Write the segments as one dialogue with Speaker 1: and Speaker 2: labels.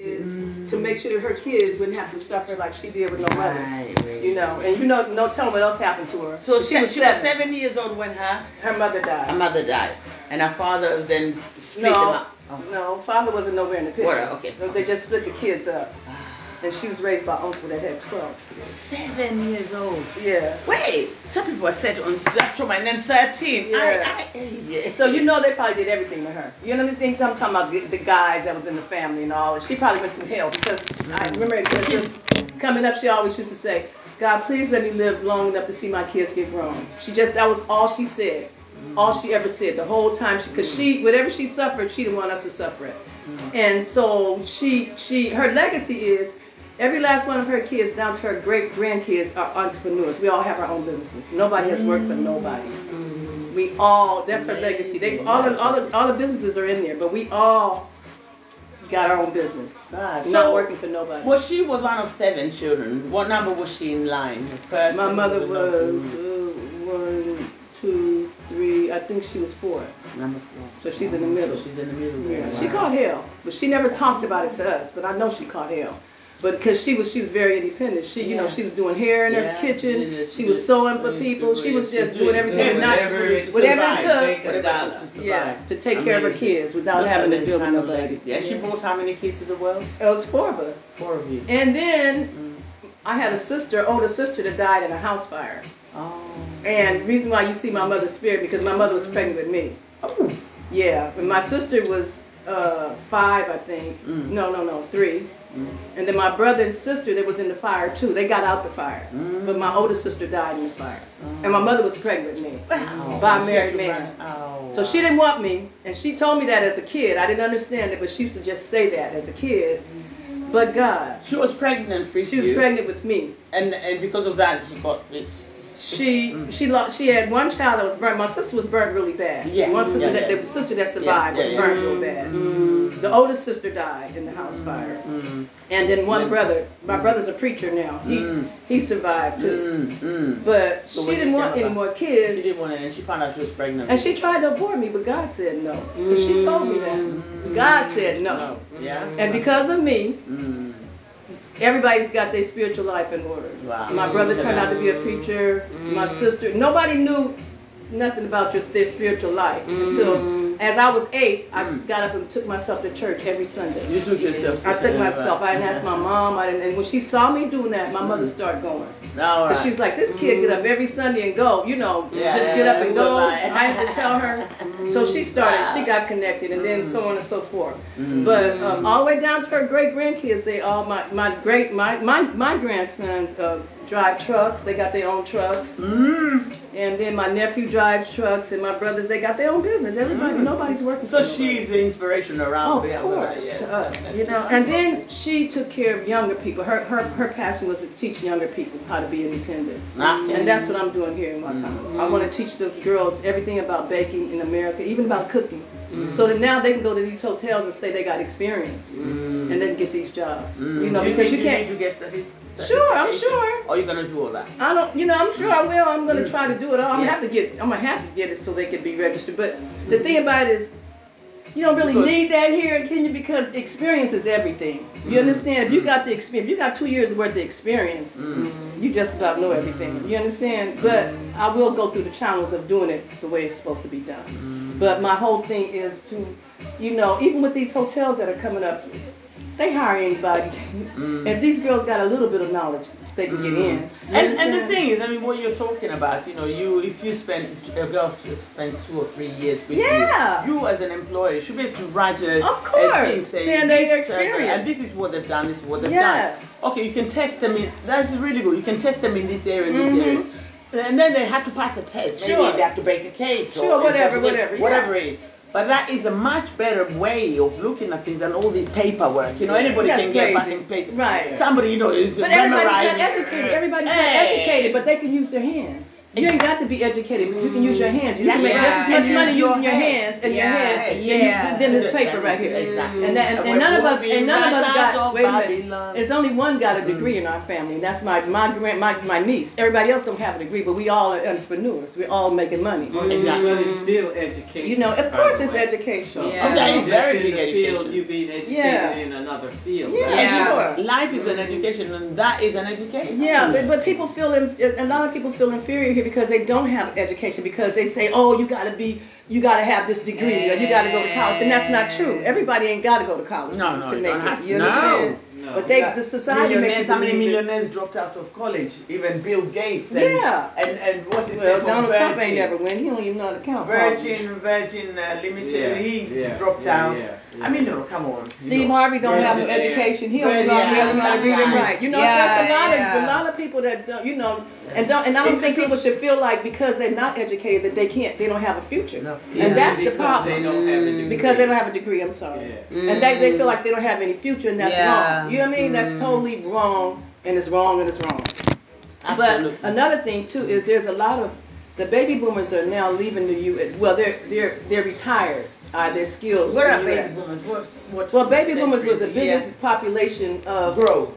Speaker 1: Mm.
Speaker 2: kids to make sure that her kids wouldn't have to suffer like she did with no mother.
Speaker 1: Right, right.
Speaker 2: You know, and you know, no telling what else happened to her.
Speaker 1: So she, was, she was
Speaker 2: seven.
Speaker 1: seven years old when her,
Speaker 2: Her mother
Speaker 1: her
Speaker 2: died.
Speaker 1: mother died, and her father then split them
Speaker 2: No,
Speaker 1: up. Oh.
Speaker 2: no, father wasn't nowhere in the picture.
Speaker 1: Where, okay.
Speaker 2: They just split the kids up, and she was raised by uncle that had twelve.
Speaker 1: Seven years old.
Speaker 2: Yeah.
Speaker 1: Wait, some people are set on that trauma and then 13.
Speaker 2: Yeah.
Speaker 1: I, I, yeah.
Speaker 2: So you know they probably did everything to her. You know what I'm saying? I'm talking about the, the guys that was in the family and all. She probably went through hell because I remember it was just coming up, she always used to say, "God, please let me live long enough to see my kids get grown." She just that was all she said, all she ever said the whole time. Because she, whatever she suffered, she didn't want us to suffer it. And so she, she, her legacy is. Every last one of her kids, down to her great grandkids, are entrepreneurs. We all have our own businesses. Nobody has worked for nobody. We all that's her legacy. They all the, all the, all the businesses are in there, but we all got our own business.
Speaker 1: Gosh.
Speaker 2: not
Speaker 1: So-
Speaker 2: working for nobody.
Speaker 1: Well, she was one of seven children. What number was she in line? The first
Speaker 2: My
Speaker 1: and
Speaker 2: mother
Speaker 1: the
Speaker 2: was uh,
Speaker 1: number-
Speaker 2: one, two, three. I think she was four.
Speaker 1: number four.
Speaker 2: So she's in the middle.
Speaker 1: So she's in the middle.
Speaker 2: Yeah, she
Speaker 1: Wow.
Speaker 2: caught hell, but she never talked about it to us. But I know she caught hell, but because she was, she's very independent. She, you know,
Speaker 1: Yeah.
Speaker 2: she was doing hair in
Speaker 1: Yeah,
Speaker 2: her
Speaker 1: yeah, yeah,
Speaker 2: kitchen.
Speaker 1: she
Speaker 2: She was
Speaker 1: did.
Speaker 2: sewing for
Speaker 1: Yeah,
Speaker 2: people.
Speaker 1: she
Speaker 2: She was
Speaker 1: did.
Speaker 2: just
Speaker 1: She
Speaker 2: doing
Speaker 1: did.
Speaker 2: everything,
Speaker 1: Doing
Speaker 2: not
Speaker 1: whatever it took.
Speaker 2: whatever
Speaker 1: Survive,
Speaker 2: it
Speaker 1: make
Speaker 2: took.
Speaker 1: a dollar.
Speaker 2: Yeah, to take care of her
Speaker 1: Amazing.
Speaker 2: kids without having to deal with
Speaker 1: kind of
Speaker 2: nobody.
Speaker 1: lady. Yeah, she brought how many kids to the world?
Speaker 2: It was four of us.
Speaker 1: Four of you.
Speaker 2: And then
Speaker 1: Mm.
Speaker 2: I had a sister, older sister, that died in a house fire.
Speaker 1: Oh.
Speaker 2: And reason why you see my mother's spirit because my mother was pregnant with me.
Speaker 1: Oh.
Speaker 2: Yeah, and my sister was uh, five, I think.
Speaker 1: Mm.
Speaker 2: No, no, no, three. And then my brother and sister that was in the fire too. They got out the fire,
Speaker 1: Mm.
Speaker 2: but my older sister died in the fire,
Speaker 1: Oh.
Speaker 2: and my mother was pregnant with me
Speaker 1: Wow.
Speaker 2: by a
Speaker 1: Oh, She
Speaker 2: married
Speaker 1: had to
Speaker 2: man.
Speaker 1: run- Oh.
Speaker 2: So she didn't want me, and she told me that as a kid. I didn't understand it, but she used to just say that as a kid.
Speaker 1: Mm-hmm.
Speaker 2: But God,
Speaker 1: She was pregnant with
Speaker 2: she was
Speaker 1: you,
Speaker 2: pregnant with me.
Speaker 1: and and because of that, she got rich.
Speaker 2: She she lost. She had one child that was burnt. My sister was burnt really bad.
Speaker 1: Yeah.
Speaker 2: One sister
Speaker 1: Yeah,
Speaker 2: that
Speaker 1: yeah.
Speaker 2: the sister that survived
Speaker 1: Yeah, Mm-hmm.
Speaker 2: was
Speaker 1: yeah,
Speaker 2: burnt
Speaker 1: yeah.
Speaker 2: real bad. The oldest sister died in the house fire,
Speaker 1: Mm.
Speaker 2: and then one
Speaker 1: Mm.
Speaker 2: brother. My brother's a preacher now. He
Speaker 1: Mm.
Speaker 2: he survived too.
Speaker 1: Mm, mm.
Speaker 2: But
Speaker 1: So
Speaker 2: she
Speaker 1: when
Speaker 2: didn't
Speaker 1: you
Speaker 2: want
Speaker 1: came
Speaker 2: any
Speaker 1: about-
Speaker 2: more
Speaker 1: She
Speaker 2: kids,
Speaker 1: didn't want it, and she found out she was pregnant.
Speaker 2: and she tried to abort me, but God said no. 'Cause She told me that.
Speaker 1: Mm-hmm.
Speaker 2: God said no.
Speaker 1: Oh, yeah.
Speaker 2: And because of me,
Speaker 1: Mm.
Speaker 2: everybody's got their spiritual life in order.
Speaker 1: Wow.
Speaker 2: My brother turned out to be a preacher. My sister, nobody knew nothing about just their spiritual life until, as I was eight, I got up and took myself to church every Sunday.
Speaker 1: You took yourself. to
Speaker 2: I took
Speaker 1: Seven
Speaker 2: myself. I
Speaker 1: Eleven.
Speaker 2: didn't ask my mom. I didn't, and when she saw me doing that, my mother started going.
Speaker 1: All right.
Speaker 2: Cause she was like, this kid get up every Sunday and go, you know,
Speaker 1: Yeah,
Speaker 2: just get up and
Speaker 1: who
Speaker 2: go.
Speaker 1: am
Speaker 2: I
Speaker 1: I?
Speaker 2: had to tell her. so she started, she got connected, and then so on and so forth. But um, all the way down to her great grandkids, they all my my great my my my grandsons uh, drive trucks. They got their own trucks,
Speaker 1: Mm.
Speaker 2: and then my nephew drives trucks, and my brothers they got their own business. Everybody, nobody's working.
Speaker 1: So
Speaker 2: for nobody.
Speaker 1: she is the inspiration around
Speaker 2: Oh,
Speaker 1: the
Speaker 2: of
Speaker 1: other
Speaker 2: course,
Speaker 1: way, yes.
Speaker 2: to us, you know. And then she took care of younger people. Her her her passion was to teach younger people how to be independent.
Speaker 1: Ah.
Speaker 2: And that's what I'm doing here in Montana. I want to teach those girls everything about baking in America, even about cooking. So that now they can go to these hotels and say they got experience and then get these jobs. You know,
Speaker 1: Do you
Speaker 2: because
Speaker 1: think
Speaker 2: you
Speaker 1: you
Speaker 2: can't.
Speaker 1: need to get certi-
Speaker 2: Sure, I'm
Speaker 1: certification?
Speaker 2: sure.
Speaker 1: Or you gonna do all that?
Speaker 2: I don't, you know, I'm sure I will. I'm gonna try to do it all. I'm gonna
Speaker 1: Yeah.
Speaker 2: have to get, I'm gonna have to get it so they can be registered. But the thing about it is, you don't really
Speaker 1: Because-
Speaker 2: need that here in Kenya because experience is everything.
Speaker 1: Mm-hmm.
Speaker 2: You understand? If you got the experience, if you got two years worth of experience,
Speaker 1: Mm-hmm.
Speaker 2: you just about know everything. You understand? But I will go through the channels of doing it the way it's supposed to be done.
Speaker 1: Mm-hmm.
Speaker 2: But my whole thing is to, you know, even with these hotels that are coming up, they hire anybody. If these girls got a little bit of knowledge, they can get in. You
Speaker 1: And, and the
Speaker 2: understand?
Speaker 1: thing is, I mean, what you're talking about, you know, you if you spend a girl spends two or three years with
Speaker 2: Yeah.
Speaker 1: you, you as an employer should be able to write a,
Speaker 2: Of course.
Speaker 1: a thing saying
Speaker 2: Saying their
Speaker 1: this, uh,
Speaker 2: experience.
Speaker 1: and this is what they've done, this is what they've
Speaker 2: Yes.
Speaker 1: done. Okay, you can test them. In, that's really good. You can test them in this area, in this area. And then they have to pass a test. Maybe
Speaker 2: Mm-hmm. Sure.
Speaker 1: they have to bake a cake.
Speaker 2: Sure,
Speaker 1: or
Speaker 2: whatever, whatever,
Speaker 1: investigate,
Speaker 2: yeah.
Speaker 1: whatever it is. But that is a much better way of looking at things than all this paperwork. You know, anybody
Speaker 2: That's
Speaker 1: can get back
Speaker 2: crazy.
Speaker 1: and paper.
Speaker 2: Right.
Speaker 1: Somebody, you know, is
Speaker 2: But everybody's
Speaker 1: memorizing.
Speaker 2: not educated. Everybody's not
Speaker 1: Hey.
Speaker 2: educated, but they can use their hands. You ain't got to be educated, but you can use your hands. You
Speaker 3: That's
Speaker 2: can make
Speaker 4: right.
Speaker 2: just as much
Speaker 4: And
Speaker 2: money
Speaker 3: use
Speaker 2: using your
Speaker 3: your
Speaker 2: hands and your
Speaker 4: Yeah.
Speaker 2: hands
Speaker 4: Yeah.
Speaker 2: than, you, than this paper right here.
Speaker 3: Exactly.
Speaker 2: And, that, and, and
Speaker 3: we're
Speaker 2: none of us
Speaker 3: moving
Speaker 2: and none of us
Speaker 3: right out
Speaker 2: got
Speaker 3: of
Speaker 2: wait a minute.
Speaker 3: Babylon.
Speaker 2: There's only one got a degree in our family, and that's my my grand my, my niece. Everybody else don't have a degree, but we all are entrepreneurs. We're all making money.
Speaker 5: Mm.
Speaker 3: Exactly.
Speaker 5: But it's still education.
Speaker 2: You know, of
Speaker 5: by
Speaker 2: course
Speaker 5: the
Speaker 2: it's
Speaker 5: way.
Speaker 2: education.
Speaker 5: So,
Speaker 4: Yeah.
Speaker 5: I mean,
Speaker 3: That is
Speaker 5: just
Speaker 3: very
Speaker 5: in
Speaker 3: big
Speaker 5: the
Speaker 3: education.
Speaker 5: Field, you being educated
Speaker 2: Yeah.
Speaker 5: in another field.
Speaker 2: Yeah,
Speaker 5: right?
Speaker 4: Yeah.
Speaker 2: sure.
Speaker 3: Life is an education, and that is an education.
Speaker 2: Yeah, but, but people feel in, a lot of people feel inferior here because they don't have education because they say, oh, you gotta be, you gotta have this degree or you gotta go to college, and that's not true. Everybody ain't gotta go to college
Speaker 3: No, no,
Speaker 2: to
Speaker 3: you
Speaker 2: make
Speaker 3: don't
Speaker 2: it.
Speaker 3: have-
Speaker 2: You
Speaker 3: no.
Speaker 2: understand?
Speaker 5: No.
Speaker 2: But they,
Speaker 1: Yeah.
Speaker 2: the society makes
Speaker 1: Millionaires,
Speaker 2: it.
Speaker 1: how many
Speaker 2: believe that-
Speaker 1: millionaires dropped out of college? Even Bill Gates. And,
Speaker 2: Yeah.
Speaker 1: And and what's his
Speaker 2: Well,
Speaker 1: name?
Speaker 2: Donald
Speaker 1: Virgin,
Speaker 2: Trump ain't never win. He don't even know how to count. probably.
Speaker 1: Virgin, Virgin uh, Limited.
Speaker 5: Yeah,
Speaker 1: He
Speaker 5: yeah,
Speaker 1: dropped
Speaker 5: yeah,
Speaker 1: out.
Speaker 5: yeah,
Speaker 1: I mean, no, come on. you
Speaker 2: Steve
Speaker 1: know.
Speaker 2: Harvey don't have no
Speaker 5: Virgin, yeah.
Speaker 2: education. He only
Speaker 1: Virgin,
Speaker 2: learned
Speaker 1: yeah,
Speaker 2: how to read and
Speaker 1: yeah.
Speaker 2: write. You know,
Speaker 4: Yeah,
Speaker 2: so that's a lot of
Speaker 4: yeah.
Speaker 2: a lot of people that don't, you know, and don't. And I
Speaker 1: It's
Speaker 2: don't think
Speaker 1: just-
Speaker 2: people should feel like because they're not educated that they can't, they don't have a future.
Speaker 1: No.
Speaker 2: And that's the
Speaker 5: Because They
Speaker 2: problem
Speaker 5: don't have a degree.
Speaker 2: because they don't have a degree. I'm sorry,
Speaker 5: Yeah.
Speaker 2: and they, they feel like they don't have any future, and that's
Speaker 4: Yeah.
Speaker 2: wrong. You know what I mean? That's totally wrong, and it's wrong, and it's wrong.
Speaker 3: Absolutely.
Speaker 2: But another thing too is there's a lot of the baby boomers are now leaving the U.S. Well, they're they're they're retired. Uh, their skills.
Speaker 1: What
Speaker 2: in
Speaker 1: are
Speaker 2: the
Speaker 1: baby
Speaker 2: US.
Speaker 1: boomers? What's, what
Speaker 2: Well, baby boomers
Speaker 1: century
Speaker 2: was the
Speaker 1: is it? Yeah.
Speaker 2: biggest population of
Speaker 1: Grow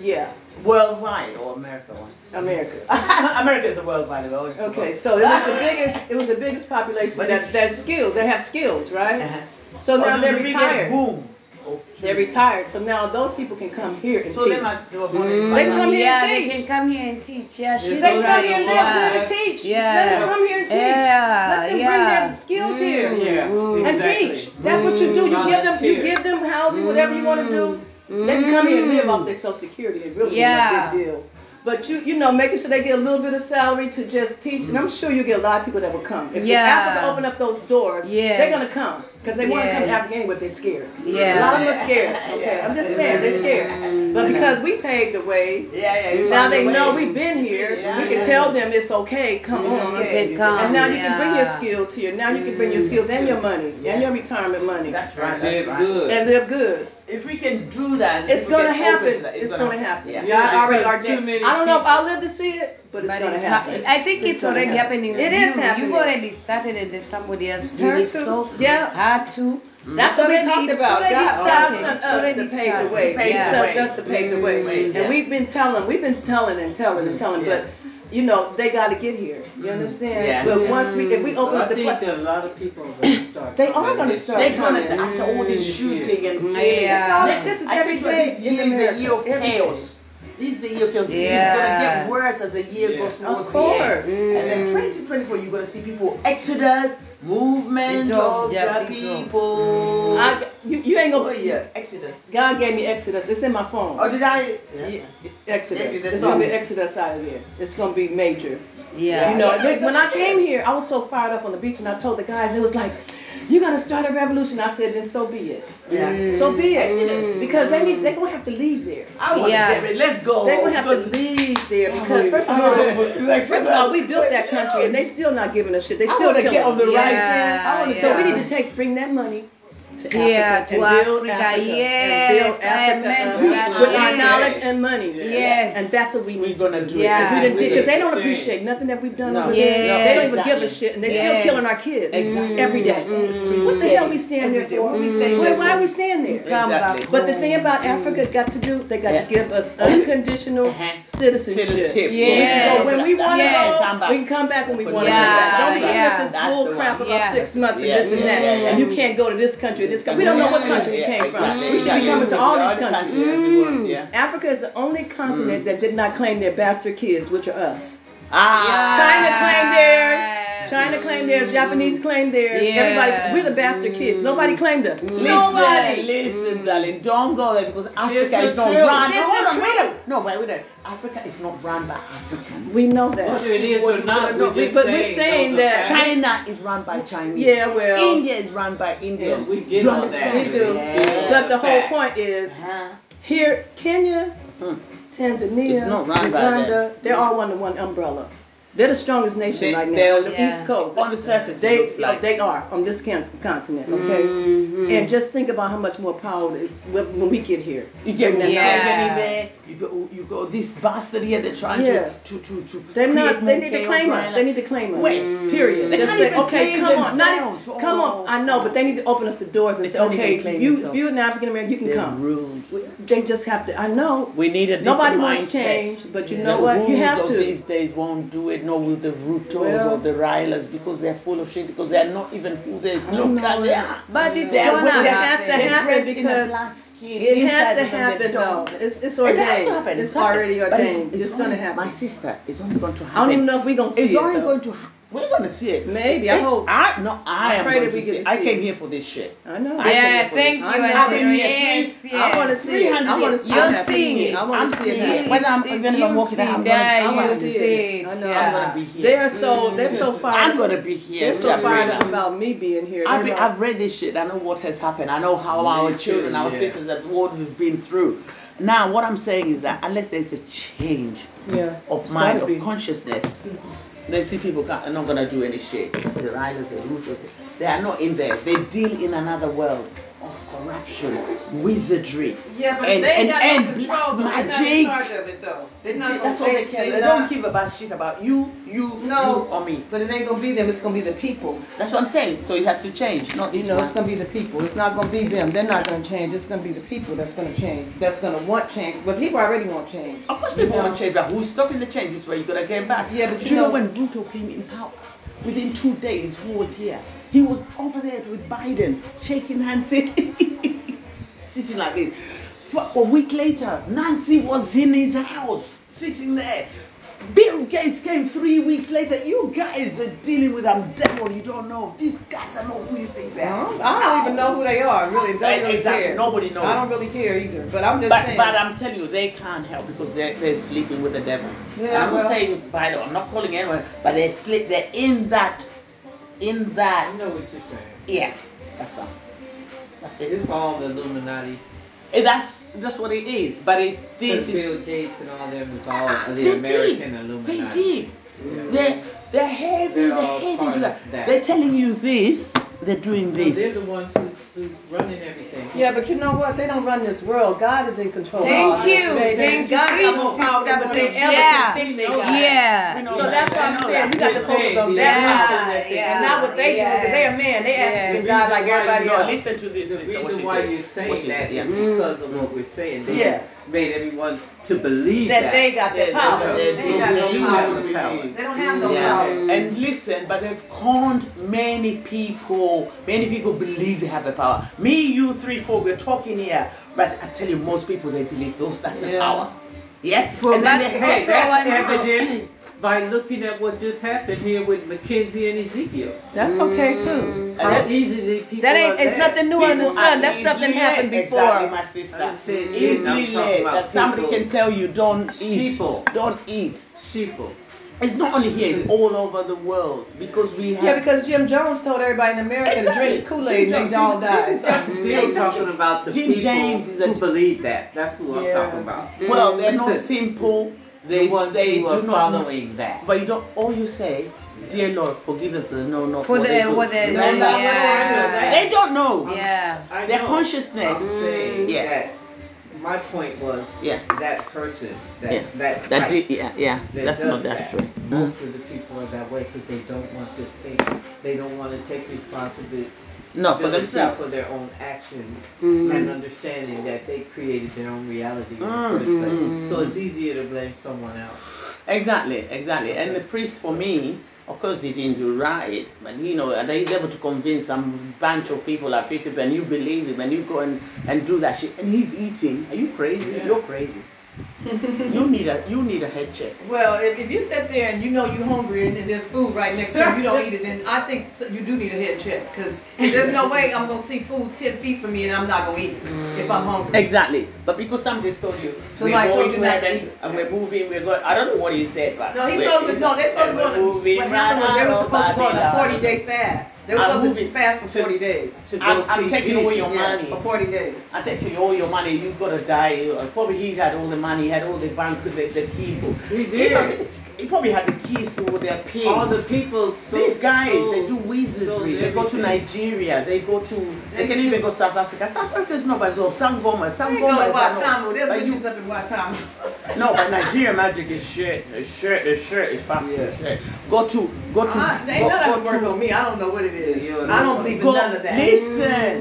Speaker 2: yeah
Speaker 1: worldwide or America one?
Speaker 2: America.
Speaker 1: America is a worldwide. we always forgot.
Speaker 2: Okay, so it was the biggest. It was the biggest population
Speaker 1: But
Speaker 2: that
Speaker 1: it's-
Speaker 2: that skills that have skills, right?
Speaker 1: Uh-huh.
Speaker 2: So
Speaker 1: Oh,
Speaker 2: now
Speaker 1: the
Speaker 2: they're
Speaker 1: biggest
Speaker 2: retired.
Speaker 1: Boom. Oh,
Speaker 2: They're retired. So now those people can come here and
Speaker 1: So
Speaker 2: teach.
Speaker 1: they must they were born in
Speaker 2: They come here
Speaker 4: yeah,
Speaker 2: and
Speaker 4: they
Speaker 2: teach.
Speaker 4: can come here and teach. Yeah, she's
Speaker 2: They come here and
Speaker 4: yeah.
Speaker 2: live, live and teach.
Speaker 4: Yeah.
Speaker 2: Let them come here and teach.
Speaker 4: Yeah,
Speaker 2: Let them bring
Speaker 4: yeah.
Speaker 2: their skills
Speaker 5: Yeah,
Speaker 2: here and
Speaker 5: exactly.
Speaker 2: teach. That's what you do. You give them, you
Speaker 5: Volunteer.
Speaker 2: give them housing, whatever you want to do. They can come here and live off their social security. It really
Speaker 4: Yeah.
Speaker 2: is a big deal. But you, you know, making sure they get a little bit of salary to just teach, and I'm sure you get a lot of people that will come. If
Speaker 4: Yeah.
Speaker 2: Africa open up those doors, they're
Speaker 4: Yes.
Speaker 2: gonna come because they want to come to
Speaker 4: Yes.
Speaker 2: Africa anyway. but They're scared. a
Speaker 4: Yeah.
Speaker 2: lot of them are scared. Okay, I'm just saying they're scared. But because we paved the way,
Speaker 1: Yeah, yeah. you
Speaker 2: now
Speaker 1: found
Speaker 2: they
Speaker 1: a way.
Speaker 2: know we've been here.
Speaker 1: Yeah,
Speaker 2: we can
Speaker 1: yeah.
Speaker 2: tell them it's okay. Come on.
Speaker 1: Yeah.
Speaker 4: They come,
Speaker 2: And now you
Speaker 4: yeah.
Speaker 2: can bring your skills here. Now you can bring your skills and your money
Speaker 1: Yeah.
Speaker 2: and your retirement money
Speaker 1: That's right.
Speaker 5: And
Speaker 1: That's
Speaker 5: live
Speaker 1: right.
Speaker 5: good.
Speaker 2: and live good.
Speaker 1: If we can do that,
Speaker 2: It's
Speaker 1: people
Speaker 2: gonna
Speaker 1: can open
Speaker 2: happen.
Speaker 1: to that,
Speaker 2: It's, gonna, happen.
Speaker 1: Yeah.
Speaker 5: Yeah,
Speaker 2: God already
Speaker 5: because too
Speaker 2: ordained.
Speaker 5: many
Speaker 2: I don't know if
Speaker 5: people-
Speaker 2: I'll live to see it, but it's
Speaker 4: But
Speaker 2: gonna
Speaker 4: it's
Speaker 2: happen.
Speaker 4: hap- I think it's,
Speaker 2: gonna
Speaker 4: already
Speaker 2: happen.
Speaker 4: happening.
Speaker 2: It
Speaker 4: with
Speaker 2: is
Speaker 4: you.
Speaker 2: happening.
Speaker 4: You've already started, and there's somebody else
Speaker 2: Her
Speaker 4: doing it
Speaker 2: too.
Speaker 4: so
Speaker 2: Yeah.
Speaker 4: hard to.
Speaker 2: That's what we talked about. God
Speaker 4: started.
Speaker 2: God sent
Speaker 4: It's
Speaker 2: us
Speaker 4: already
Speaker 2: to pave the
Speaker 4: started.
Speaker 2: way.
Speaker 1: Paved
Speaker 2: He
Speaker 1: the
Speaker 2: sent
Speaker 1: way.
Speaker 2: us to pave the way.
Speaker 1: Yeah.
Speaker 2: And we've been telling, we've been telling and telling and telling, but you know, they gotta get here. You
Speaker 1: Yeah.
Speaker 2: understand? But once we, if we open
Speaker 5: Mm-hmm. I
Speaker 2: up the.
Speaker 5: think
Speaker 2: pla-
Speaker 5: that a lot of people are going to start.
Speaker 2: They are
Speaker 5: coming
Speaker 2: gonna
Speaker 5: this
Speaker 2: start
Speaker 5: year.
Speaker 1: They're gonna say after all this
Speaker 2: Mm-hmm.
Speaker 5: Mhm.
Speaker 1: shooting and
Speaker 4: Yeah.
Speaker 1: killing,
Speaker 4: Yeah.
Speaker 1: next-
Speaker 2: This is
Speaker 1: I
Speaker 2: every
Speaker 1: said to her,
Speaker 2: day
Speaker 1: This
Speaker 2: in
Speaker 1: year is
Speaker 2: America.
Speaker 1: the year of
Speaker 2: Every day.
Speaker 1: chaos. This is the year of chaos. It's gonna
Speaker 4: Yeah.
Speaker 1: get worse as the year
Speaker 5: Yeah.
Speaker 1: goes towards
Speaker 2: Of
Speaker 1: the end.
Speaker 2: course.
Speaker 1: And then 2024, you're gonna see people exodus, movement
Speaker 4: Job,
Speaker 1: of
Speaker 4: yeah,
Speaker 1: the
Speaker 4: people.
Speaker 1: people.
Speaker 2: I, you, you ain't
Speaker 1: Oh
Speaker 2: gonna.
Speaker 1: yeah, Oh, exodus.
Speaker 2: God gave me Exodus. It's in my phone.
Speaker 1: Or did I?
Speaker 2: Yeah, Exodus.
Speaker 1: It's a
Speaker 2: It's gonna be
Speaker 1: song.
Speaker 2: Exodus out of here. It's gonna be major. You
Speaker 4: Yeah.
Speaker 2: know, this- when I came here, I was so fired up on the beach, and I told the guys, it was like, "You're gonna start a revolution." I said, "Then so be it.
Speaker 1: Yeah.
Speaker 4: Mm.
Speaker 2: So be it."
Speaker 1: Exodus.
Speaker 2: Because they need, they're gonna have to leave there.
Speaker 1: I want
Speaker 4: Yeah.
Speaker 1: to get ready. Let's go.
Speaker 4: Oh,
Speaker 2: They're gonna have to
Speaker 1: because-
Speaker 2: leave there because first of all, first of all, we built that country, and they still not giving us shit. They
Speaker 1: I
Speaker 2: still
Speaker 1: want to
Speaker 2: killing.
Speaker 1: get on the
Speaker 2: us.
Speaker 4: Yeah.
Speaker 1: right. I
Speaker 4: Yeah.
Speaker 1: want to.
Speaker 2: So we need to take, bring that money. To Africa
Speaker 4: Yeah, to
Speaker 2: and build
Speaker 4: Africa.
Speaker 2: Africa, and
Speaker 4: Yes,
Speaker 2: build Africa
Speaker 4: amen.
Speaker 2: up
Speaker 4: Yeah.
Speaker 2: with our
Speaker 4: Yes.
Speaker 2: knowledge and money.
Speaker 4: Yes.
Speaker 2: and that's what we
Speaker 1: We're
Speaker 2: need.
Speaker 1: gonna do
Speaker 4: Yeah.
Speaker 1: it.
Speaker 2: Because we didn't
Speaker 5: We
Speaker 2: because they
Speaker 5: didn't
Speaker 2: don't
Speaker 5: change.
Speaker 2: appreciate nothing that we've done.
Speaker 1: No.
Speaker 2: over
Speaker 4: Yeah.
Speaker 2: there. They don't even
Speaker 1: Exactly.
Speaker 2: give a shit, and they're
Speaker 4: Yes.
Speaker 2: still killing our kids
Speaker 1: Exactly.
Speaker 2: every day. What the
Speaker 1: Every
Speaker 2: hell
Speaker 1: day.
Speaker 2: we stand there
Speaker 1: Every day.
Speaker 2: for?
Speaker 1: What we stand
Speaker 2: Why-
Speaker 1: there
Speaker 2: Why
Speaker 1: for?
Speaker 2: are we standing there?
Speaker 4: Come
Speaker 1: Exactly.
Speaker 4: back.
Speaker 2: But the thing about Africa got to do, they got
Speaker 1: Yeah.
Speaker 2: to give us unconditional
Speaker 1: Uh-huh.
Speaker 2: citizenship.
Speaker 1: Citizenship.
Speaker 4: Yeah.
Speaker 2: We can go
Speaker 4: Yes.
Speaker 2: when we want to
Speaker 4: Yes.
Speaker 2: go, we can come back when we want to
Speaker 4: Yeah.
Speaker 2: come back. Don't be
Speaker 4: Yeah.
Speaker 2: giving us this
Speaker 1: That's
Speaker 2: bull
Speaker 1: the
Speaker 2: crap
Speaker 1: one.
Speaker 2: about
Speaker 4: Yeah.
Speaker 2: six months and
Speaker 1: Yeah.
Speaker 2: this and that,
Speaker 1: Yeah, yeah,
Speaker 2: and
Speaker 1: yeah.
Speaker 2: you can't go to this country or this country. We don't know what country we came from. We should be coming to all these countries. Mm.
Speaker 1: Yeah.
Speaker 2: Africa is the only continent that did not claim their bastard kids, which are us.
Speaker 1: Ah.
Speaker 2: China claimed theirs. China claimed theirs. Japanese claimed theirs.
Speaker 4: Yeah.
Speaker 2: Everybody, we're the bastard kids. Nobody claimed us.
Speaker 1: Listen,
Speaker 2: Nobody. Mm.
Speaker 1: listen, darling. Don't go there because Africa
Speaker 5: the
Speaker 1: is not
Speaker 5: truth.
Speaker 1: run.
Speaker 2: It's
Speaker 1: No,
Speaker 2: the
Speaker 1: hold on,
Speaker 2: truth.
Speaker 1: wait a minute. No, wait, wait a minute. Africa is not run by Africans.
Speaker 2: We know
Speaker 5: Whether
Speaker 2: that.
Speaker 5: it is or not,
Speaker 2: No,
Speaker 5: we're
Speaker 2: we-
Speaker 5: just
Speaker 2: but
Speaker 5: saying
Speaker 2: we're saying
Speaker 5: those are
Speaker 2: that-
Speaker 5: facts.
Speaker 1: China is run by Chinese.
Speaker 2: Yeah, well,
Speaker 1: India is run by India.
Speaker 5: Yeah, we get
Speaker 1: Do you
Speaker 5: all
Speaker 1: understand?
Speaker 5: that.
Speaker 2: we do.
Speaker 5: Yeah.
Speaker 2: But the whole
Speaker 5: Facts.
Speaker 2: point is
Speaker 1: Huh?
Speaker 2: here, Kenya,
Speaker 1: Uh-huh. Hmm.
Speaker 2: Tanzania,
Speaker 1: It's not run by them.
Speaker 2: Uganda, they're all under one umbrella. They're the strongest nation
Speaker 1: They-
Speaker 2: right now
Speaker 1: they're
Speaker 2: on the
Speaker 4: Yeah.
Speaker 2: East Coast.
Speaker 1: Oh, On the surface, it
Speaker 2: They
Speaker 1: looks like. Mm-hmm.
Speaker 2: they are on this con- continent, okay? And just think about how much more power they, when when we get here.
Speaker 1: You get
Speaker 2: They're
Speaker 1: Muslim
Speaker 2: not-
Speaker 4: Yeah.
Speaker 1: in there. You got you got this bastard here. They're trying
Speaker 2: Yeah.
Speaker 1: to to to to.
Speaker 2: They're
Speaker 1: create
Speaker 2: not. They
Speaker 1: more
Speaker 2: need to
Speaker 1: chaos
Speaker 2: claim
Speaker 1: right
Speaker 2: us.
Speaker 1: now.
Speaker 2: They need to claim us. Mm.
Speaker 1: Wait.
Speaker 2: Period.
Speaker 1: They
Speaker 2: Just
Speaker 1: can't
Speaker 2: say,
Speaker 1: even
Speaker 2: okay,
Speaker 1: claim
Speaker 2: come on, not
Speaker 1: themselves.
Speaker 2: even, come on. I know, but they need to open up the doors and
Speaker 1: They
Speaker 2: say,
Speaker 1: can't even
Speaker 2: okay,
Speaker 1: claim
Speaker 2: you, if
Speaker 1: themselves.
Speaker 2: you're an African American, you can
Speaker 1: They're
Speaker 2: come.
Speaker 1: ruined.
Speaker 2: We- They just have to. I know.
Speaker 1: We need a different
Speaker 2: Nobody
Speaker 1: mindset.
Speaker 2: wants change, but you
Speaker 1: The
Speaker 2: know what? You
Speaker 1: rules
Speaker 2: have
Speaker 1: of
Speaker 2: to.
Speaker 1: these days won't do it, nor will the Rutos
Speaker 2: Well-
Speaker 1: or the Rylas, because they're full of shit, because they're not even who they
Speaker 2: don't
Speaker 1: look at.
Speaker 2: know.
Speaker 1: They are.
Speaker 4: But it's
Speaker 1: Oh, They're
Speaker 4: gonna
Speaker 1: with-
Speaker 2: It
Speaker 1: they
Speaker 2: has to
Speaker 4: happen.
Speaker 1: They're
Speaker 2: happen
Speaker 1: dressed in a
Speaker 2: because
Speaker 1: black skin.
Speaker 2: It
Speaker 1: inside
Speaker 2: has to
Speaker 1: them, they're
Speaker 2: happen though.
Speaker 1: dumb.
Speaker 2: It's, it's
Speaker 1: It
Speaker 2: ordained.
Speaker 1: has to happen.
Speaker 2: It's,
Speaker 1: happened.
Speaker 2: already
Speaker 1: But
Speaker 2: ordained. It's,
Speaker 1: only-
Speaker 2: gonna happen.
Speaker 1: My sister, it's only going to happen.
Speaker 2: I don't even know if we gonna see
Speaker 1: It's
Speaker 2: it.
Speaker 1: only
Speaker 2: though.
Speaker 1: going to. Ha- we're going to see it.
Speaker 2: Maybe. I
Speaker 1: It-
Speaker 2: hope.
Speaker 1: I no. I,
Speaker 2: I
Speaker 1: am
Speaker 2: pray
Speaker 1: going
Speaker 2: that
Speaker 1: to
Speaker 2: we
Speaker 1: see.
Speaker 2: get
Speaker 1: it.
Speaker 2: to
Speaker 1: I
Speaker 2: see
Speaker 1: came
Speaker 2: it.
Speaker 1: here for this shit.
Speaker 2: I know.
Speaker 1: I
Speaker 4: Yeah,
Speaker 1: think
Speaker 4: thank you,
Speaker 2: I know. I've been
Speaker 4: Antonio.
Speaker 1: here
Speaker 4: Yes,
Speaker 1: three-
Speaker 2: I want to
Speaker 4: yes.
Speaker 2: see it. I want to
Speaker 1: 300
Speaker 2: see
Speaker 4: You'll
Speaker 2: it happen.
Speaker 4: see it.
Speaker 2: I want to see it
Speaker 1: I'm
Speaker 2: happen.
Speaker 1: seeing Whether I'm-
Speaker 4: If
Speaker 1: even if
Speaker 4: you
Speaker 1: I'm walking
Speaker 4: see
Speaker 1: out, I'm
Speaker 4: that,
Speaker 2: gonna- I'm
Speaker 4: you
Speaker 2: gonna
Speaker 4: see
Speaker 2: see
Speaker 4: it.
Speaker 2: it. I know, I'm
Speaker 4: yeah.
Speaker 1: gonna be here. Mm-hmm.
Speaker 2: They are so. They're so
Speaker 1: I'm
Speaker 2: fired.
Speaker 1: gonna be here.
Speaker 2: They're so
Speaker 1: with
Speaker 2: fired
Speaker 1: umbrella.
Speaker 2: up about me being here.
Speaker 1: I've,
Speaker 2: They're
Speaker 1: been,
Speaker 2: like,
Speaker 1: I've read this shit. I know what has happened. I know how
Speaker 5: Me
Speaker 1: our
Speaker 5: too,
Speaker 1: children, our
Speaker 5: yeah.
Speaker 1: sisters, and what we've been through. Now, what I'm saying is that unless there's a change
Speaker 2: yeah.
Speaker 1: of
Speaker 2: It's
Speaker 1: mind,
Speaker 2: gotta be. Mm-hmm.
Speaker 1: of consciousness, they see people can't, are not gonna do any shit. The Rylas, the Rutos, they are not in there. They deal in another world of corruption, wizardry,
Speaker 6: Yeah, but
Speaker 1: and
Speaker 6: they
Speaker 1: and,
Speaker 6: got
Speaker 1: and
Speaker 6: no
Speaker 1: black
Speaker 6: control. though. They're not in
Speaker 1: magic.
Speaker 6: charge of it though. They're not.
Speaker 1: That's all
Speaker 6: gonna,
Speaker 1: they care. They,
Speaker 6: not-
Speaker 1: don't give about shit about you, you,
Speaker 6: No.
Speaker 1: you, or me.
Speaker 6: But it ain't gonna be them. It's gonna be the people.
Speaker 1: That's what I'm saying. So it has to change, not this
Speaker 6: You know,
Speaker 1: one.
Speaker 6: it's gonna be the people. It's not gonna be them. They're not gonna change. It's gonna be the people that's gonna change. That's gonna want change. But people already want change.
Speaker 1: Of course, people
Speaker 6: Yeah.
Speaker 1: want change, but who's stopping the change? This way you're gonna get back.
Speaker 6: Yeah, but
Speaker 1: Do
Speaker 6: you
Speaker 1: you know,
Speaker 6: know-
Speaker 1: when Ruto came in power, within two days, who was here? He was over there with Biden, shaking hands, sitting, sitting like this. But a week later, Nancy was in his house, sitting there. Bill Gates came three weeks later. You guys are dealing with a devil you don't know. These guys are not who you think they are.
Speaker 6: I don't even know who they are. Really,
Speaker 1: Hey,
Speaker 6: don't really
Speaker 1: exactly.
Speaker 6: care.
Speaker 1: Nobody knows.
Speaker 6: I don't really care either. But I'm just
Speaker 1: But,
Speaker 6: saying.
Speaker 1: but I'm telling you, they can't help because they're, they're sleeping with the devil.
Speaker 6: Yeah,
Speaker 1: and I'm
Speaker 6: well-
Speaker 1: not saying Bible, I'm not calling anyone, but they sleep, they're in that, in that.
Speaker 5: I know what you're saying.
Speaker 1: Yeah, that's all. That's it.
Speaker 5: It's all the Illuminati.
Speaker 1: Eh, That's, that's what it is. But it, this
Speaker 5: Because
Speaker 1: is.
Speaker 5: Bill Gates and all them is all of
Speaker 1: They
Speaker 5: the
Speaker 1: did.
Speaker 5: American
Speaker 1: They
Speaker 5: Illuminati.
Speaker 1: did.
Speaker 5: Yeah.
Speaker 1: They're, they're heavy,
Speaker 5: They're
Speaker 1: they're,
Speaker 5: all part
Speaker 1: heavy. to
Speaker 5: of
Speaker 1: that.
Speaker 5: that.
Speaker 1: They're telling you this, they're doing
Speaker 5: So they're the
Speaker 1: this.
Speaker 5: ones who's, who's running everything.
Speaker 2: Yeah, but you know what? They don't run this world. God is in control.
Speaker 4: Thank
Speaker 2: of all this.
Speaker 4: you.
Speaker 2: They- they-
Speaker 4: Thank you.
Speaker 2: God got more
Speaker 4: Preach,
Speaker 2: power
Speaker 4: Sister
Speaker 2: than what they
Speaker 4: Patricia.
Speaker 2: ever can think they got.
Speaker 4: Yeah.
Speaker 2: So that's why I'm saying we got to focus on
Speaker 5: Yeah,
Speaker 2: that yeah,
Speaker 4: yeah,
Speaker 2: and not what they do because they're a man. They ask
Speaker 4: yes.
Speaker 2: to God like
Speaker 5: The reason why
Speaker 2: everybody
Speaker 5: you
Speaker 1: No,
Speaker 2: else. Mm.
Speaker 1: listen to this.
Speaker 5: The
Speaker 1: listen to what
Speaker 5: reason
Speaker 1: she
Speaker 5: why
Speaker 1: said.
Speaker 5: you're
Speaker 1: What
Speaker 5: saying
Speaker 1: she
Speaker 5: that
Speaker 1: said, yeah.
Speaker 5: is because of what we're saying. They
Speaker 2: Yeah.
Speaker 5: made everyone to believe
Speaker 2: That
Speaker 5: that.
Speaker 2: they got the
Speaker 1: Yeah,
Speaker 2: power.
Speaker 1: they-
Speaker 2: They,
Speaker 1: they-
Speaker 2: got
Speaker 1: they-
Speaker 2: no power.
Speaker 1: they- power.
Speaker 2: They don't have no
Speaker 1: Yeah,
Speaker 2: power.
Speaker 1: and listen, but they've conned many people. Many people believe they have the power. Me, you, three, four, we're talking here, but I tell you, most people they believe those that's the
Speaker 2: Yeah.
Speaker 1: power. Yeah, and then
Speaker 4: that's
Speaker 1: they
Speaker 5: Hey,
Speaker 1: say,
Speaker 4: also
Speaker 5: that's
Speaker 4: I know.
Speaker 5: evident by looking at what just happened here with Mackenzie and Ezekiel.
Speaker 2: That's okay too.
Speaker 5: How
Speaker 1: That's-
Speaker 5: easy these people
Speaker 2: That ain't-
Speaker 5: are
Speaker 2: it's
Speaker 5: led.
Speaker 2: nothing new
Speaker 5: Mm-hmm.
Speaker 2: under
Speaker 5: People
Speaker 2: the sun.
Speaker 5: are
Speaker 2: That's
Speaker 5: easy-
Speaker 2: stuff that
Speaker 1: Easily
Speaker 2: happened
Speaker 1: led,
Speaker 2: before.
Speaker 1: Exactly, my
Speaker 5: I'm
Speaker 1: sister.
Speaker 5: saying
Speaker 1: Easily
Speaker 5: easily
Speaker 1: led. That somebody
Speaker 5: people.
Speaker 1: can tell you, don't eat,
Speaker 5: Sheeple.
Speaker 1: don't eat.
Speaker 5: Sheeple.
Speaker 2: Mm.
Speaker 1: It's not only here; it's all over the world because we have.
Speaker 2: Yeah, because Jim Jones told everybody in America
Speaker 1: Exactly.
Speaker 2: to drink Kool Aid
Speaker 1: Jim
Speaker 2: and they
Speaker 1: Jones,
Speaker 2: all died.
Speaker 1: this is just-
Speaker 5: Still
Speaker 1: Exactly.
Speaker 5: talking about the
Speaker 1: Jim
Speaker 5: people
Speaker 1: James is a-
Speaker 5: who believe that. That's who I'm
Speaker 2: Yeah.
Speaker 5: talking about.
Speaker 1: well, they're not simple. They
Speaker 5: Mm. the ones
Speaker 1: they
Speaker 5: who
Speaker 1: do
Speaker 5: are
Speaker 1: not
Speaker 5: following that.
Speaker 1: But you don't. All you say, dear Lord, forgive us. They know not
Speaker 4: For
Speaker 1: what
Speaker 4: the-
Speaker 1: they do.
Speaker 4: what they-
Speaker 1: They
Speaker 2: They
Speaker 1: don't
Speaker 2: know
Speaker 1: know
Speaker 2: what
Speaker 1: what
Speaker 4: Yeah.
Speaker 1: they do. They don't know.
Speaker 4: Yeah.
Speaker 5: I
Speaker 1: Their
Speaker 5: know.
Speaker 1: consciousness.
Speaker 5: I'm saying
Speaker 1: Mm. Yeah.
Speaker 5: that my point was
Speaker 1: Yeah.
Speaker 5: that person, that
Speaker 1: Yeah.
Speaker 5: that,
Speaker 1: That
Speaker 5: type
Speaker 1: did, yeah, yeah.
Speaker 5: that
Speaker 1: That's
Speaker 5: does
Speaker 1: not Mm. that's
Speaker 5: that.
Speaker 1: true.
Speaker 5: Most of the people are that way because they don't want to think. They don't want to take responsibility
Speaker 1: No, Oh, for
Speaker 5: responsibility
Speaker 1: themselves.
Speaker 5: for their own actions and understanding that they created their own reality
Speaker 1: Mm,
Speaker 5: in the first place. So it's easier to blame someone else.
Speaker 1: Exactly, exactly. And the priest, for me, of course, he didn't do right, but you know, and he's able to convince some bunch of people at 50, and you believe him, and you go and, and do that shit, and he's eating. Are you crazy?
Speaker 5: Yeah.
Speaker 1: You're crazy. you need a you need a head check.
Speaker 6: Well, if, if you sit there and you know you're hungry and, and there's food right next to you, you don't eat it, then I think so- you do need a head check because there's no way I'm gonna see food ten feet from me and I'm not gonna eat it if I'm hungry.
Speaker 1: Exactly, but because somebody told you,
Speaker 6: Somebody
Speaker 1: we're
Speaker 6: told
Speaker 1: going
Speaker 6: you
Speaker 1: to
Speaker 6: not to
Speaker 1: heaven,
Speaker 6: eat.
Speaker 1: and we're moving. We're going. I don't know what he said, but
Speaker 6: No, he
Speaker 1: we're-
Speaker 6: told me no. They're supposed to
Speaker 1: and
Speaker 6: go.
Speaker 1: we're
Speaker 6: On,
Speaker 1: moving
Speaker 6: what happened was they
Speaker 1: right
Speaker 6: were supposed to go on a
Speaker 1: out of
Speaker 6: forty day fast.
Speaker 2: They were
Speaker 1: I'm
Speaker 2: supposed to
Speaker 1: moving
Speaker 2: fast for
Speaker 1: to-
Speaker 2: forty days.
Speaker 5: To go
Speaker 1: I'm, I'm
Speaker 5: see
Speaker 1: taking away your
Speaker 2: Yeah,
Speaker 1: money.
Speaker 2: for forty days.
Speaker 1: I take you all your money, you gotta die. Uh, Probably he's had all the money, he had all the bank, the, the people.
Speaker 5: He
Speaker 1: He,
Speaker 5: did.
Speaker 1: he probably had the keys to all their pay.
Speaker 5: All the people. So,
Speaker 1: These guys,
Speaker 5: so-
Speaker 1: they do
Speaker 5: sold
Speaker 1: wizardry. They go to
Speaker 5: everything.
Speaker 1: Nigeria. They go to. They,
Speaker 2: They
Speaker 1: can
Speaker 2: do-
Speaker 1: even go to South Africa. South Africa is not by itself. Sangoma,
Speaker 2: I
Speaker 1: Sangoma.
Speaker 2: ain't going to
Speaker 1: is not-
Speaker 2: Guantanamo. There's
Speaker 1: but you-
Speaker 2: witches up in Guantanamo.
Speaker 1: no, but Nigeria magic is shit. Is shit. Is shit. Is fucking
Speaker 5: Yeah.
Speaker 1: shit. Go to. Go to.
Speaker 2: I, Ah, they know
Speaker 1: go, go
Speaker 2: that
Speaker 1: to-
Speaker 2: work on me. I don't know what it is.
Speaker 5: Yeah,
Speaker 2: I
Speaker 5: no.
Speaker 2: don't believe in
Speaker 1: go-
Speaker 2: none of that.
Speaker 1: Listen.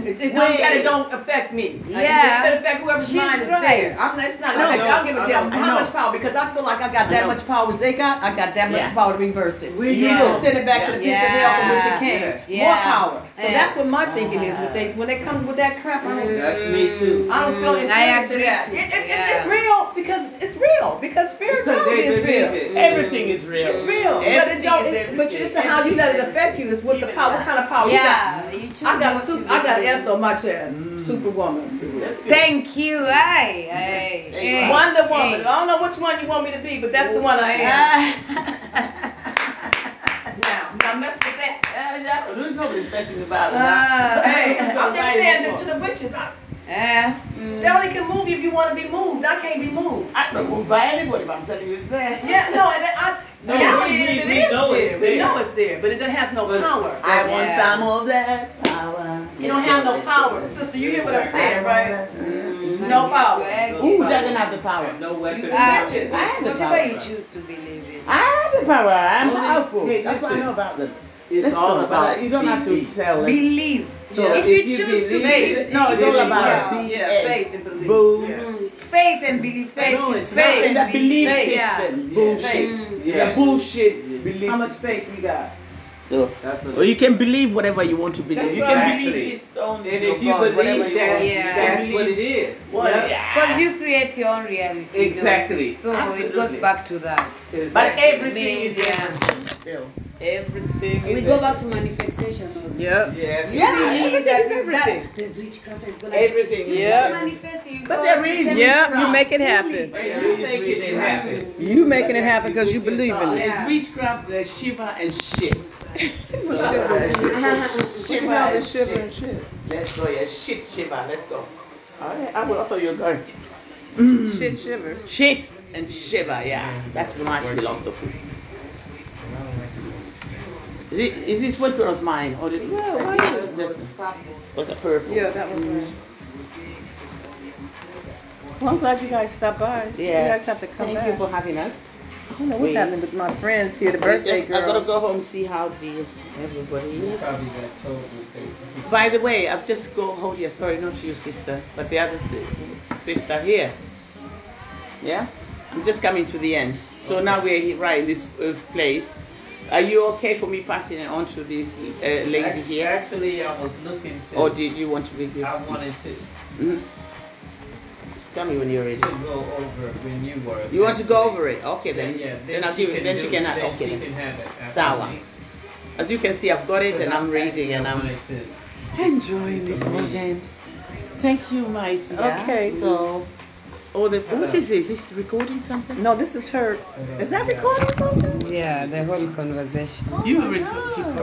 Speaker 2: It, it don't,
Speaker 1: wait.
Speaker 2: that it don't affect me. Like,
Speaker 4: Yeah.
Speaker 2: It, it affect whoever's
Speaker 4: She's
Speaker 2: mind is
Speaker 4: right.
Speaker 2: there. I'm not, it's not.
Speaker 1: I
Speaker 2: I,
Speaker 1: know.
Speaker 2: don't give a
Speaker 5: I
Speaker 2: damn
Speaker 5: know.
Speaker 2: how
Speaker 1: I know.
Speaker 2: much power because I feel like I got
Speaker 1: know.
Speaker 2: that much power as they got. I got that much
Speaker 1: Yeah.
Speaker 2: power to reverse it.
Speaker 5: Where you
Speaker 2: You
Speaker 4: Yeah.
Speaker 2: know, send it back to the pits of hell from which
Speaker 4: Yeah.
Speaker 2: it came.
Speaker 4: Yeah. Yeah.
Speaker 2: More power. So
Speaker 4: Yeah. Uh-huh.
Speaker 2: that's what my thinking is. When they when they come with that crap, I don't.
Speaker 5: That's me too.
Speaker 2: Mm-hmm. I don't feel
Speaker 4: Mm,
Speaker 2: inferior
Speaker 4: I
Speaker 2: to
Speaker 4: agree
Speaker 2: that.
Speaker 4: too.
Speaker 2: It, it,
Speaker 4: Yeah.
Speaker 2: it, it's real because it's real because spirituality is real.
Speaker 5: believe it.
Speaker 1: Everything is real.
Speaker 2: It's real, but
Speaker 1: Everything
Speaker 2: it don't.
Speaker 1: is
Speaker 2: It, but
Speaker 1: everything.
Speaker 2: it's the how you let it affect you. It's what the
Speaker 1: Even
Speaker 2: power, what
Speaker 1: that.
Speaker 2: kind of power
Speaker 4: yeah, you
Speaker 2: you got. I got a
Speaker 4: choose
Speaker 2: super,
Speaker 4: what
Speaker 2: I got an
Speaker 4: you
Speaker 2: S
Speaker 4: do.
Speaker 2: on my chest. Superwoman,
Speaker 1: Let's get-
Speaker 4: Thank you. Aye, aye,
Speaker 1: Hey,
Speaker 4: aye.
Speaker 2: Wonder Woman.
Speaker 4: Hey.
Speaker 2: I don't know which one you want me to be, but that's the one I am. Now, now mess with that.
Speaker 1: Yeah, Eh, yeah. There's nobody's messing about that.
Speaker 4: Ah,
Speaker 2: Hey, I'm just saying
Speaker 1: Right.
Speaker 2: that to the witches. I,
Speaker 4: eh,
Speaker 2: they only can move you if you want to be moved. I can't be moved.
Speaker 1: I'm not moved by anybody, but I'm telling you it's there.
Speaker 2: Yeah, no, and I.
Speaker 5: No,
Speaker 2: reality
Speaker 5: we-
Speaker 2: is,
Speaker 5: we-
Speaker 2: it
Speaker 5: we
Speaker 2: is
Speaker 5: know it's
Speaker 2: there. We
Speaker 5: there.
Speaker 2: know it's there, but it has no
Speaker 5: But-
Speaker 2: power.
Speaker 1: I want
Speaker 4: Yeah.
Speaker 1: some of that power.
Speaker 2: You don't have no power, sister. You hear what I'm saying, right? No power.
Speaker 1: Who doesn't have the power?
Speaker 5: No weapon.
Speaker 2: Ah.
Speaker 4: Ah,
Speaker 2: Witches.
Speaker 1: I have the
Speaker 4: whatever
Speaker 1: power.
Speaker 4: you choose to believe in.
Speaker 1: I have the power. I'm
Speaker 5: Only-
Speaker 1: powerful.
Speaker 5: hey,
Speaker 1: That's what I
Speaker 5: listen.
Speaker 1: know about them.
Speaker 5: It's
Speaker 1: Let's
Speaker 5: all
Speaker 1: talk
Speaker 5: about.
Speaker 1: it. You don't have to
Speaker 5: belief.
Speaker 1: tell it.
Speaker 4: Believe.
Speaker 5: So
Speaker 4: if
Speaker 5: if
Speaker 4: you
Speaker 5: you
Speaker 4: choose to
Speaker 5: believe-
Speaker 4: believe,
Speaker 1: No, it's all
Speaker 5: Yeah.
Speaker 1: about
Speaker 2: Yeah,
Speaker 1: BS.
Speaker 2: yeah, faith and belief.
Speaker 1: Boom.
Speaker 2: Yeah.
Speaker 4: faith and belief, faith,
Speaker 5: No,
Speaker 4: and
Speaker 5: it's
Speaker 1: Not in
Speaker 4: faith,
Speaker 1: the
Speaker 4: and belief,
Speaker 1: belief
Speaker 4: faith,
Speaker 1: system.
Speaker 4: yeah.
Speaker 1: Bullshit.
Speaker 2: Faith.
Speaker 1: Yeah,
Speaker 5: Yeah.
Speaker 1: bullshit belief
Speaker 2: How much
Speaker 1: system.
Speaker 2: faith we got?
Speaker 1: So,
Speaker 5: That's
Speaker 1: or
Speaker 5: a,
Speaker 1: you can believe whatever you want to believe.
Speaker 5: That's
Speaker 1: you can
Speaker 5: right.
Speaker 1: believe it's on
Speaker 5: and
Speaker 1: your
Speaker 5: if you
Speaker 1: God, whatever
Speaker 5: believe
Speaker 1: you
Speaker 5: that,
Speaker 1: want.
Speaker 4: Yeah.
Speaker 5: that's
Speaker 1: You
Speaker 5: what
Speaker 1: believe
Speaker 5: it is.
Speaker 1: What?
Speaker 2: Yeah.
Speaker 4: Because you create your own reality. you know.
Speaker 5: Exactly.
Speaker 4: So it
Speaker 1: Absolutely.
Speaker 4: goes back to that.
Speaker 1: But everything
Speaker 4: Me,
Speaker 1: is
Speaker 4: yeah.
Speaker 1: everything still. Everything
Speaker 7: We
Speaker 1: is
Speaker 7: go back to manifestations also.
Speaker 8: Yep.
Speaker 5: Yeah.
Speaker 1: Yeah,
Speaker 4: Believe
Speaker 1: everything
Speaker 4: that-
Speaker 1: is everything.
Speaker 7: That there's witchcraft is gonna
Speaker 1: Everything is
Speaker 8: Yeah.
Speaker 1: everything.
Speaker 4: manifesting, you
Speaker 1: But
Speaker 4: go
Speaker 1: there is-
Speaker 4: and
Speaker 8: Yep. You make it happen.
Speaker 5: And you think it didn't happen.
Speaker 8: You making it happen because you believe in it.
Speaker 4: Yeah.
Speaker 5: It's witchcraft, there's Shiva and shit.
Speaker 1: Shiva and shit. Let's go, yeah. Shit, Shiva. Let's go. Alright, I will also you're going.
Speaker 8: Shit shiver.
Speaker 1: Shit and Shiva, yeah. That's nice philosophy. Is, it, is this what was mine? Or did, no, why is this? Was it purple?
Speaker 8: Yeah, that was right. Well, I'm glad you guys stopped by.
Speaker 1: Yeah.
Speaker 8: You guys have to come
Speaker 1: Thank
Speaker 8: back.
Speaker 1: you for having us.
Speaker 8: I don't know what's
Speaker 1: Wait.
Speaker 8: happening with my friends here, the
Speaker 1: I
Speaker 8: birthday
Speaker 1: just, I
Speaker 8: girl.
Speaker 1: gotta go home see how the everybody is.
Speaker 5: Probably got told with it.
Speaker 1: By the way, I've just got hold here. Sorry, not you, sister, but the other si- sister here. Yeah, I'm just coming to the end. So now we're here, right in this uh, place. Are you okay for me passing it on to this uh, lady
Speaker 5: Act-
Speaker 1: here,
Speaker 5: Actually, I was looking to.
Speaker 1: or did you want to be good? Mm-hmm.
Speaker 5: I wanted to,
Speaker 1: Tell me when you're ready.
Speaker 5: to go over when you were.
Speaker 1: You want to go over it? Okay, then.
Speaker 5: Yeah,
Speaker 1: Then I'll give it. Then she
Speaker 5: do-
Speaker 1: can. add-
Speaker 5: Then
Speaker 1: Okay.
Speaker 5: she
Speaker 1: Then.
Speaker 5: can have it. after
Speaker 1: Sour.
Speaker 5: me.
Speaker 1: As you can see, I've got it, and I'm
Speaker 5: Because I
Speaker 1: reading, and I'm
Speaker 5: wanted to-
Speaker 1: enjoying this moment. Thank you, my dear.
Speaker 8: Okay.
Speaker 1: So, oh, the what is this? Is this recording something?
Speaker 8: No, this is her.
Speaker 5: Hold on,
Speaker 8: Is that
Speaker 5: yeah.
Speaker 8: recording something?
Speaker 1: Oh
Speaker 4: Yeah, the whole conversation.
Speaker 1: You, re- you